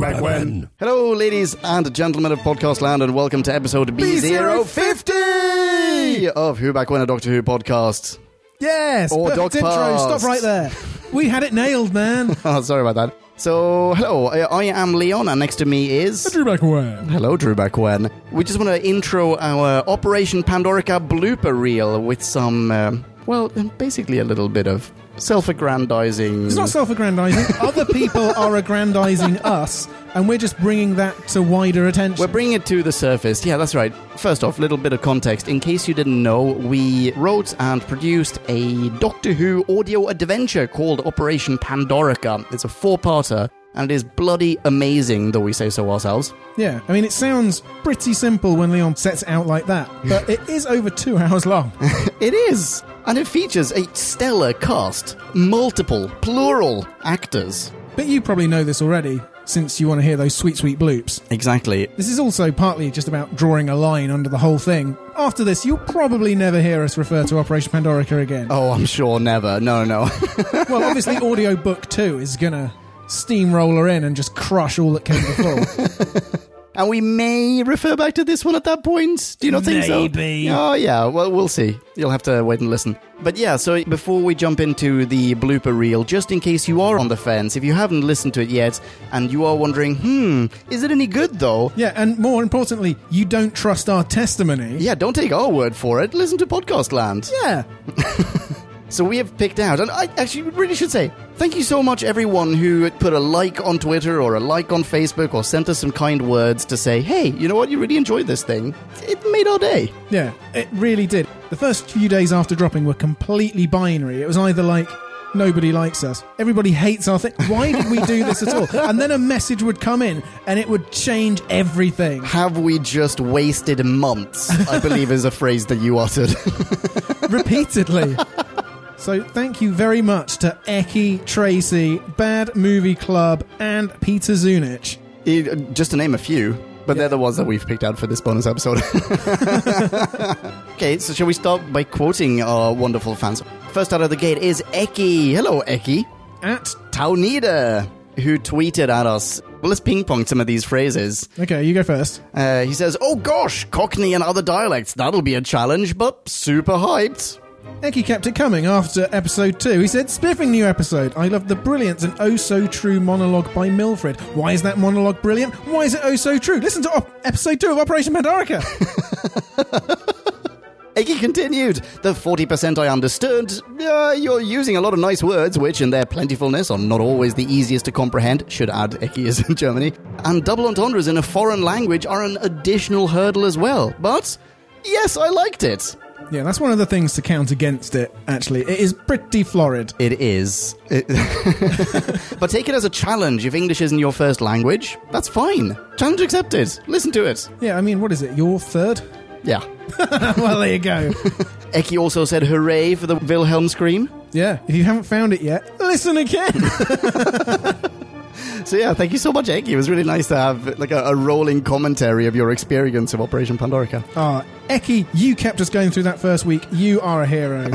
Back when? Hello, ladies and gentlemen of Podcast Land, and welcome to episode B050 of Who Back When a Doctor Who podcast. Yes. Or perfect dog intro. pass. Stop right there. We had it nailed, man. Oh, sorry about that. So, hello, I, I am Leon, and next to me is. Drew Beckware. Hello, Drew Back When. We just want to intro our Operation Pandorica blooper reel with some, um, well, basically a little bit of self aggrandizing. It's not self-aggrandizing. Other people are aggrandizing us, and we're just bringing that to wider attention. We're bringing it to the surface. Yeah, that's right. First off, little bit of context. In case you didn't know, we wrote and produced a Doctor Who audio adventure called Operation Pandorica. It's a four-parter, and it is bloody amazing, though we say so ourselves. yeah. I mean, it sounds pretty simple when Leon sets it out like that, but it is over two hours long. It is! And it features a stellar cast, multiple, plural actors. But you probably know this already, since you want to hear those sweet, sweet bloops. Exactly. This is also partly just about drawing a line under the whole thing. After this, you'll probably never hear us refer to Operation Pandorica again. Oh, I'm sure never. No, no. Well, obviously, audiobook two is gonna steamroller in and just crush all that came before. and we may refer back to this one at that point. Do you not think so? Maybe. Oh yeah. Well, we'll see. You'll have to wait and listen. But yeah. So before we jump into the blooper reel, just in case you are on the fence, if you haven't listened to it yet, and you are wondering, hmm, is it any good though? yeah, and more importantly, you don't trust our testimony. Yeah. Don't take our word for it. Listen to Podcast Land. Yeah. So we have picked out, and I actually really should say thank you so much, everyone who put a like on Twitter or a like on Facebook or sent us some kind words to say, hey, you know what, you really enjoyed this thing. It made our day. Yeah, it really did. The first few days after dropping were completely binary. It was either like, nobody likes us, everybody hates our thing. Why did we do this at all? And then a message would come in and it would change everything. Have we just wasted months? I believe is a phrase that you uttered. repeatedly. So thank you very much to Eki, Tracy, Bad Movie Club, and Peter Zunich. It- just to name a few, but they're the ones that we've picked out for this bonus episode. okay, so shall we start by quoting our wonderful fans? First out of the gate is Eki. Hello, Eki. At Taunida, who tweeted at us. Well, let's ping pong some of these phrases. okay, you go first. Uh, he says, Oh gosh, Cockney and other dialects, that'll be a challenge, but super hyped. Eki kept it coming after episode two. He said, "Spiffing new episode. I love the brilliance and oh so true monologue by Milfred. Why is that monologue brilliant? Why is it oh so true? Listen to op- episode two of Operation Pandorica. Iggy continued, the 40% I understood, uh, you're using a lot of nice words, which in their plentifulness are not always the easiest to comprehend, should add Iggy is in Germany, and double entendres in a foreign language are an additional hurdle as well. But, yes, I liked it. yeah, that's one of the things to count against it. Actually, it is pretty florid. It is. It- but take it as a challenge. If English isn't your first language, that's fine. Challenge accepted. Listen to it. Yeah, I mean, what is it? Your third? Yeah. well, there you go. Eki also said hooray for the Wilhelm scream. Yeah, if you haven't found it yet, listen again. So yeah, thank you so much, Eki. It was really nice to have like a, a rolling commentary of your experience of Operation Pandorica. Ah, Eki, you kept us going through that first week. You are a hero.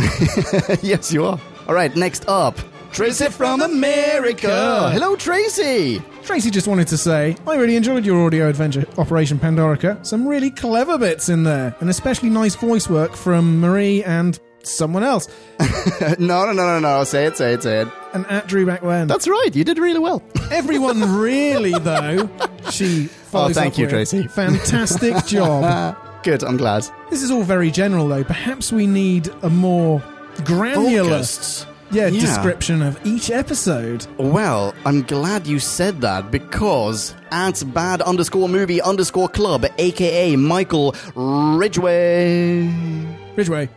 yes, you are. All right, next up, Tracy from America. Hello, Tracy. Tracy just wanted to say, I really enjoyed your audio adventure, Operation Pandorica. Some really clever bits in there, and especially nice voice work from Marie and someone else. Uh, No, no, no, no, no. Say it, say it, say it. And at Drew back when. That's right. You did really well. Everyone really, though, she follows Oh, thank up you, with, Tracy. Fantastic job. Good. I'm glad. This is all very general, though. Perhaps we need a more granular Focused. yeah, Yeah. description of each episode. Well, I'm glad you said that because at bad underscore movie underscore club, aka Michael Ridgway. Ridgeway.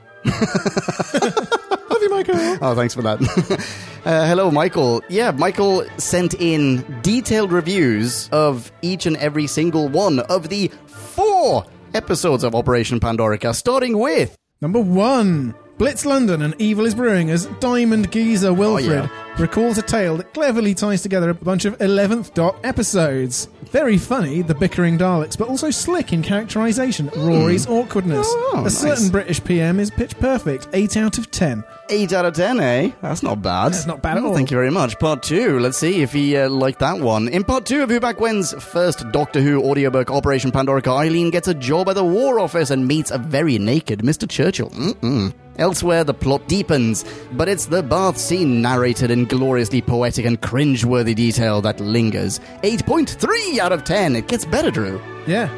Love you, Michael. Oh, thanks for that. uh, hello, Michael. Yeah, Michael sent in detailed reviews of each and every single one of the four episodes of Operation Pandorica, starting with Number one, Blitz London and Evil is Brewing as Diamond Geezer Wilfred Oh, recalls a tale that cleverly ties together a bunch of 11th Dot episodes. Very funny, the bickering Daleks, but also slick in characterisation, Rory's awkwardness. Oh, a nice. certain British PM is pitch perfect, 8 out of 10. Eight out of ten, eh? That's not bad. That's not bad at Oh, all. Thank you very much. Part two. Let's see if he uh, liked that one. In part two of Who Back When's first Doctor Who audiobook, Operation Pandorica, Eileen gets a job at the War Office and meets a very naked Mr. Churchill. Mm-mm. Elsewhere, the plot deepens, but it's the bath scene narrated in gloriously poetic and cringe-worthy detail that lingers. 8.3 out of 10. It gets better, Drew. Yeah.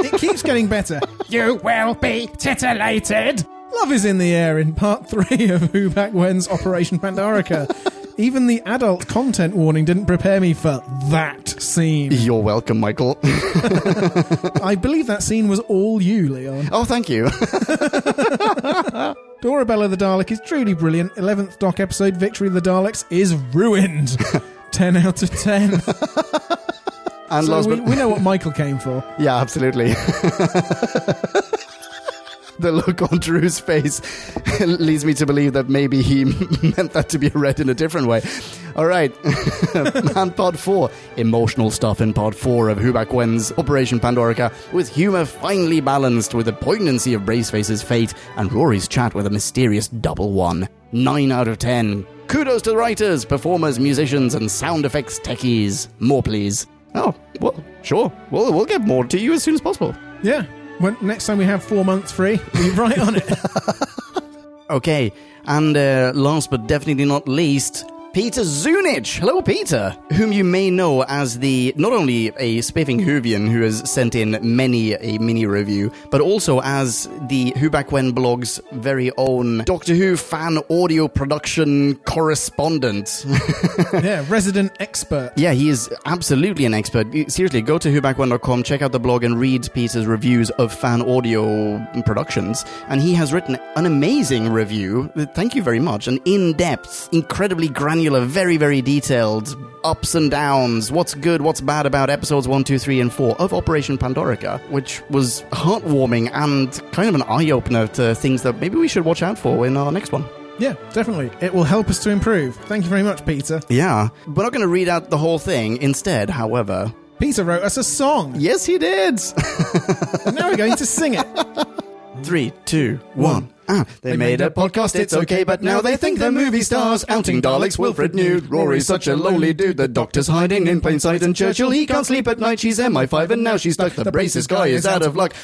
it keeps getting better. You will be titillated. Love is in the air in part three of Who Back When's Operation Pandarica. Even the adult content warning didn't prepare me for that scene. You're welcome, Michael. I believe that scene was all you, Leon. oh, thank you. Dorabella the Dalek is truly brilliant. 11th Doc episode, Victory of the Daleks, is ruined. 10 out of 10. And So last we, but we know what Michael came for. Yeah, absolutely. the look on Drew's face leads me to believe that maybe he meant that to be read in a different way. All right. and part four. Emotional stuff in part four of Who Back When's Operation Pandorica, with humour finely balanced with the poignancy of Braceface's fate and Rory's chat with a mysterious double one. Nine out of ten. Kudos to the writers, performers, musicians, and sound effects techies. More, please. Oh, well, sure. We'll, we'll get more to you as soon as possible. Yeah. When, next time we have four months free, we right on it. Okay, and uh, last but definitely not least, Peter Zunich. Hello, Peter, whom you may know as the not only a spiffing Hoovian who has sent in many a mini review, but also as the Who Back When blog's very own Doctor Who fan audio production correspondent. yeah, resident expert. Yeah, he is absolutely an expert. Seriously, go to whobackwhen.com, check out the blog, and read Peter's reviews of fan audio productions. And he has written an amazing review. Thank you very much. An in depth, incredibly granular, very, very detailed ups and downs, what's good, what's bad about episodes one, two, three, and 4 of Operation Pandorica, which was heartwarming and kind of an eye opener to things that maybe we should watch out for in our next one. Yeah, definitely. It will help us to improve. Thank you very much, Peter. Yeah. We're not going to read out the whole thing. Instead, however, Peter wrote us a song, yes, he did. and now we're going to sing it. Three, two, one. Ah. They made a podcast, it's okay, but now they think they're movie stars. Outing Daleks, Wilfred nude. Rory's such a lowly dude. The doctor's hiding in plain sight, and Churchill, he can't sleep at night. She's MI5, and now she's stuck. The braces guy is out of luck.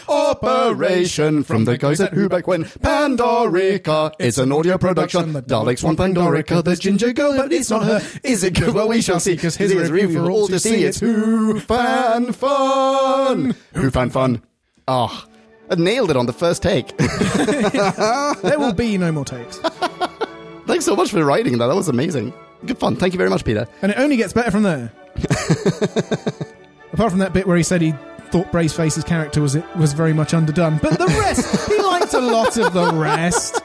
Operation from the guys at Who Back When. Pandorica, it's an audio production. The Daleks want Pandorica. There's Ginger Girl, but it's not her. Is it good? Well, we shall see, because here's a review for all to see. It's Who Fan Fun. Who Fan Fun. Ah. I nailed it on the first take. There will be no more takes. Thanks so much for writing that. That was amazing. Good fun. Thank you very much, Peter. And it only gets better from there. Apart from that bit where he said he thought Braceface's character was was very much underdone, but the rest, he liked a lot of the rest.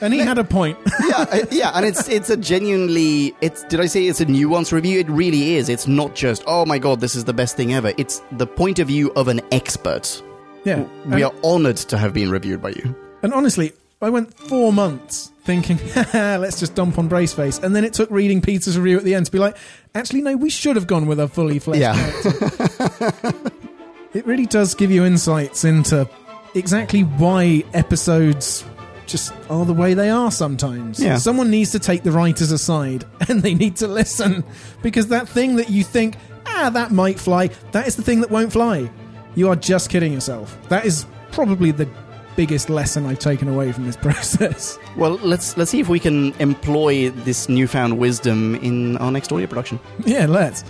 And he had a point. Yeah, uh, yeah, and it's it's a genuinely it's did I say it's a nuanced review? It really is. It's not just oh my god, this is the best thing ever. It's the point of view of an expert. Yeah. We are honored to have been reviewed by you. And honestly, I went four months thinking, "Haha, let's just dump on Braceface. And then it took reading Peter's review at the end to be like, actually, no, we should have gone with a fully fleshed Yeah. character." it really does give you insights into exactly why episodes just are the way they are sometimes. Yeah. Someone needs to take the writers aside and they need to listen because that thing that you think, ah, that might fly, that is the thing that won't fly. You are just kidding yourself. That is probably the biggest lesson I've taken away from this process. Well, let's let's see if we can employ this newfound wisdom in our next audio production. yeah, let's.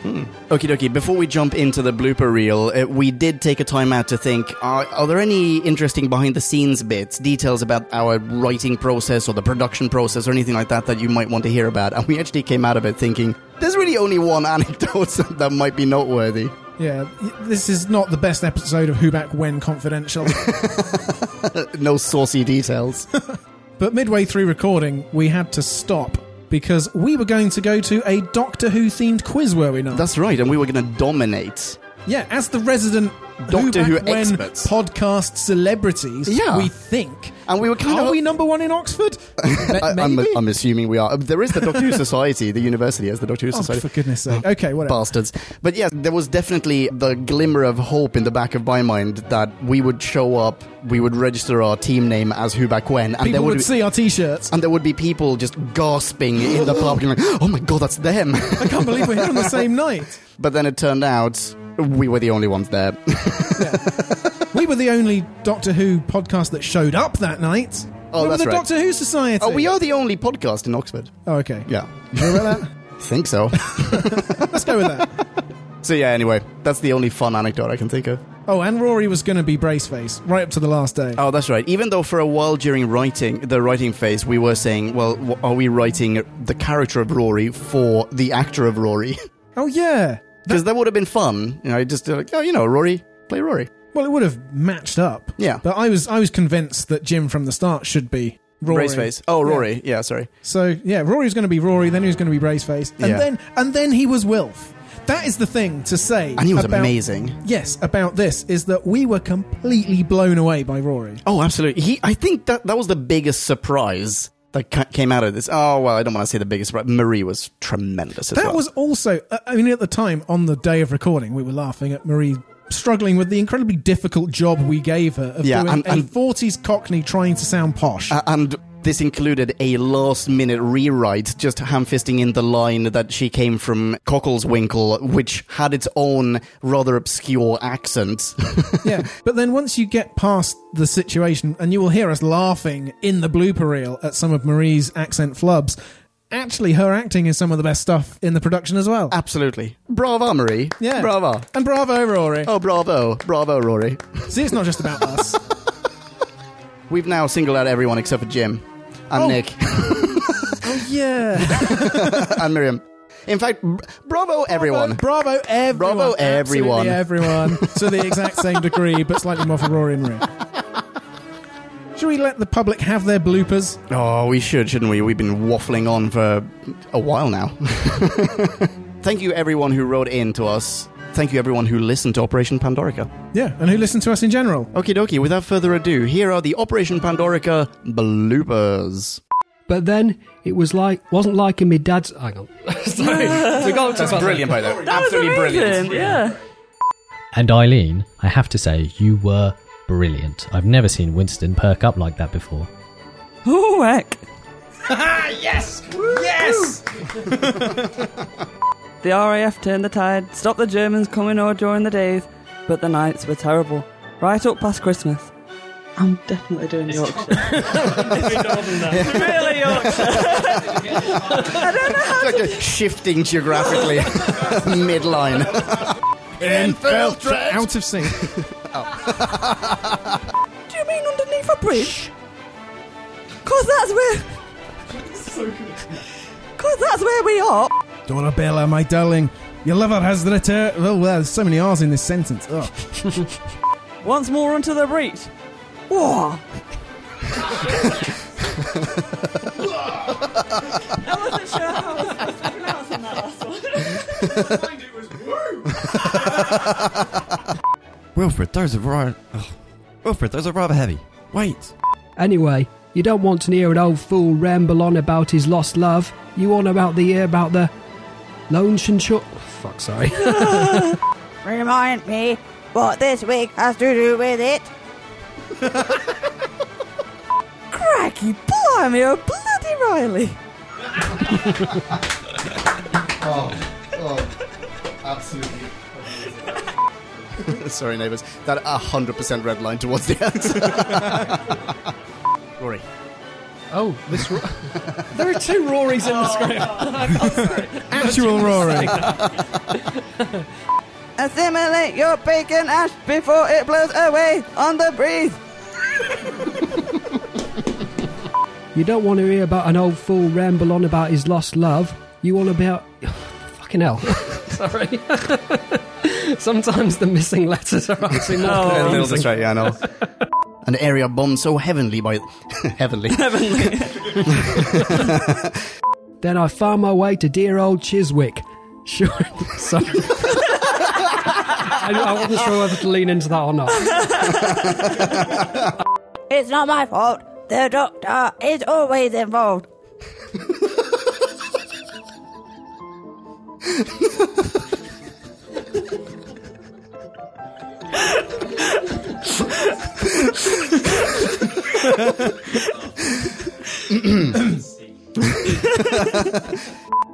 Okie dokie, before we jump into the blooper reel, uh, we did take a time out to think are, are there any interesting behind the scenes bits, details about our writing process or the production process or anything like that that you might want to hear about? And we actually came out of it thinking there's really only one anecdote that might be noteworthy. Yeah, y- this is not the best episode of Who Back When Confidential. No saucy details. But midway through recording, we had to stop because we were going to go to a Doctor Who themed quiz, were we not? That's right, and we were going to dominate. Yeah, as the resident Doctor back Who when experts. podcast celebrities, Yeah. we think. And we were kind are of- we number one in Oxford? Me- I, I'm, maybe? I'm assuming we are. There is the Doctor Who Society. The university has the Doctor Who Oh, Society. for goodness sake. Okay, whatever. Bastards. Uh, But yes, there was definitely the glimmer of hope in the back of my mind that we would show up, we would register our team name as Who Back When, and there People would, would be, see our t-shirts. and there would be people just gasping in the pub, like, "Oh my god, that's them!" I can't believe we're here on the same night. but then it turned out we were the only ones there. We were the only Doctor Who podcast that showed up that night. Oh, we were that's the right. Doctor Who Society. oh, we are the only podcast in Oxford. Oh, okay. Yeah, You sure about that? think so. Let's go with that. so yeah. Anyway, that's the only fun anecdote I can think of. Oh, and Rory was going to be Braceface right up to the last day. Oh, that's right. Even though for a while during writing the writing phase, we were saying, well, w- are we writing the character of Rory for the actor of Rory? Oh, yeah. Because that would have been fun. You know, just uh, like, oh, you know, Rory, play Rory. Well, it would have matched up. Yeah. But I was I was convinced that Jim from the start should be Rory. Braceface. Oh, Rory. Yeah, sorry. So yeah, Rory was going to be Rory, then he was going to be Braceface, and Yeah. then and then he was Wilf. That is the thing to say. And he was about- amazing. Yes, about this is that we were completely blown away by Rory. Oh, absolutely. He, I think that that was the biggest surprise that ca- came out of this. Oh, well, I don't want to say the biggest surprise. Marie was tremendous as That well. was also, I- I mean, at the time, on the day of recording, we were laughing at Marie struggling with the incredibly difficult job we gave her of Yeah, doing and- a and- 40s Cockney trying to sound posh. A- and this included a last minute rewrite, just ham fisting in the line that she came from Cockleswinkle, which had its own rather obscure accent. yeah. But then once you get past the situation, and you will hear us laughing in the blooper reel at some of Marie's accent flubs, actually, her acting is some of the best stuff in the production as well. Absolutely. Bravo, Marie. Yeah. Uh, Bravo. And bravo, Rory. Oh, bravo. Bravo, Rory. See, it's not just about us. We've now singled out everyone except for Jim and Oh. Nick Oh, yeah. and Miriam. In fact, br- bravo, everyone. Bravo, everyone. Bravo, everyone. Absolutely everyone. to the exact same degree, but slightly more for Rory and Marie. Should we let the public have their bloopers? Oh, we should, shouldn't we? We've been waffling on for a while now. Thank you, everyone who wrote in to us. Thank you, everyone who listened to Operation Pandorica. Yeah, and who listen to us in general? Okie dokie, without further ado, here are the Operation Pandorica bloopers. But then it was like wasn't like in my dad's. Hang on, sorry, we got to Brilliant, by the way. Absolutely brilliant. Yeah. And Eileen, I have to say, you were brilliant. I've never seen Winston perk up like that before. Oh, heck. Yes! The RAF turned the tide, stopped the Germans coming over during the days, but the nights were terrible. Right up past Christmas. I'm definitely doing Yorkshire. really Yorkshire. It's like a shifting geographically midline. Infiltrate! Out of sync. Do you mean underneath a bridge? Cause that's where. Cause that's where we are. Dorabella, my darling, your lover has returned. Well, well, there's so many R's in this sentence. Oh, Ugh. Once more onto the breach. Whoa. I wasn't sure how I was pronouncing that last one. Wilfred, those are rather. Ugh. Wilfred, those are rather heavy. Wait. Anyway, you don't want to hear an old fool ramble on about his lost love. You want about the year about the lone Shut. oh, Fuck, sorry. Remind me what this week has to do with it. Crikey, blimey, oh bloody Riley. Absolutely. Sorry, neighbours. That 100% red line towards the end. Rory. Oh, this. Ro- there are two Rorys in the script. Actual Rory. Assimilate your bacon ash before it blows away on the breeze. You don't want to hear about an old fool ramble on about his lost love. You want about fucking hell. sorry. Sometimes the missing letters are actually more Oh. A confusing. little distracted, yeah, I know. An area bomb so heavenly by. heavenly. Then I found my way to dear old Chiswick. Sure. Sorry. I, I wasn't sure whether to lean into that or not. It's not my fault. The doctor is always involved.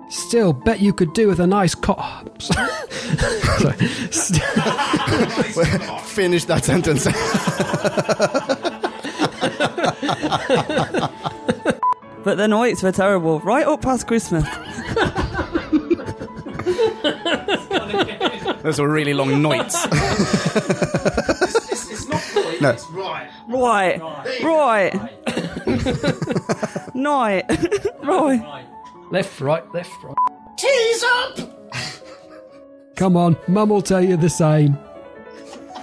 Still, bet you could do with a nice cop. Sorry. St- Finish that sentence. But the nights were terrible, right up past Christmas. Those were really long nights. No. it's Right. Right. Night. Right. left, right, left, right. Tease up! Come on, Mum will tell you the same.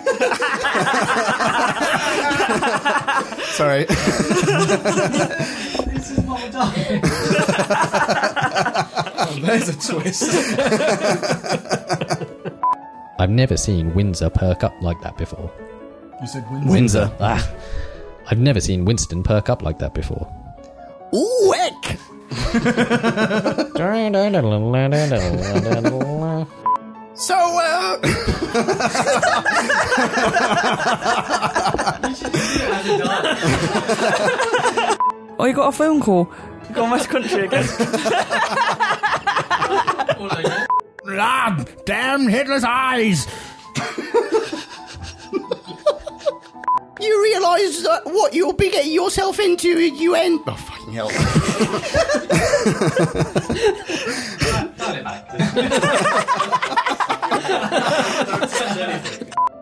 Sorry. There's a twist. I've never seen Windsor perk up like that before. You said Windsor. Ah, I've never seen Winston perk up like that before. Ooh, heck! So, uh. Oh, you got a phone call. You got West Country again. Lab! Damn Hitler's eyes! You realise that what you'll be getting yourself into, you end. Oh, fucking hell.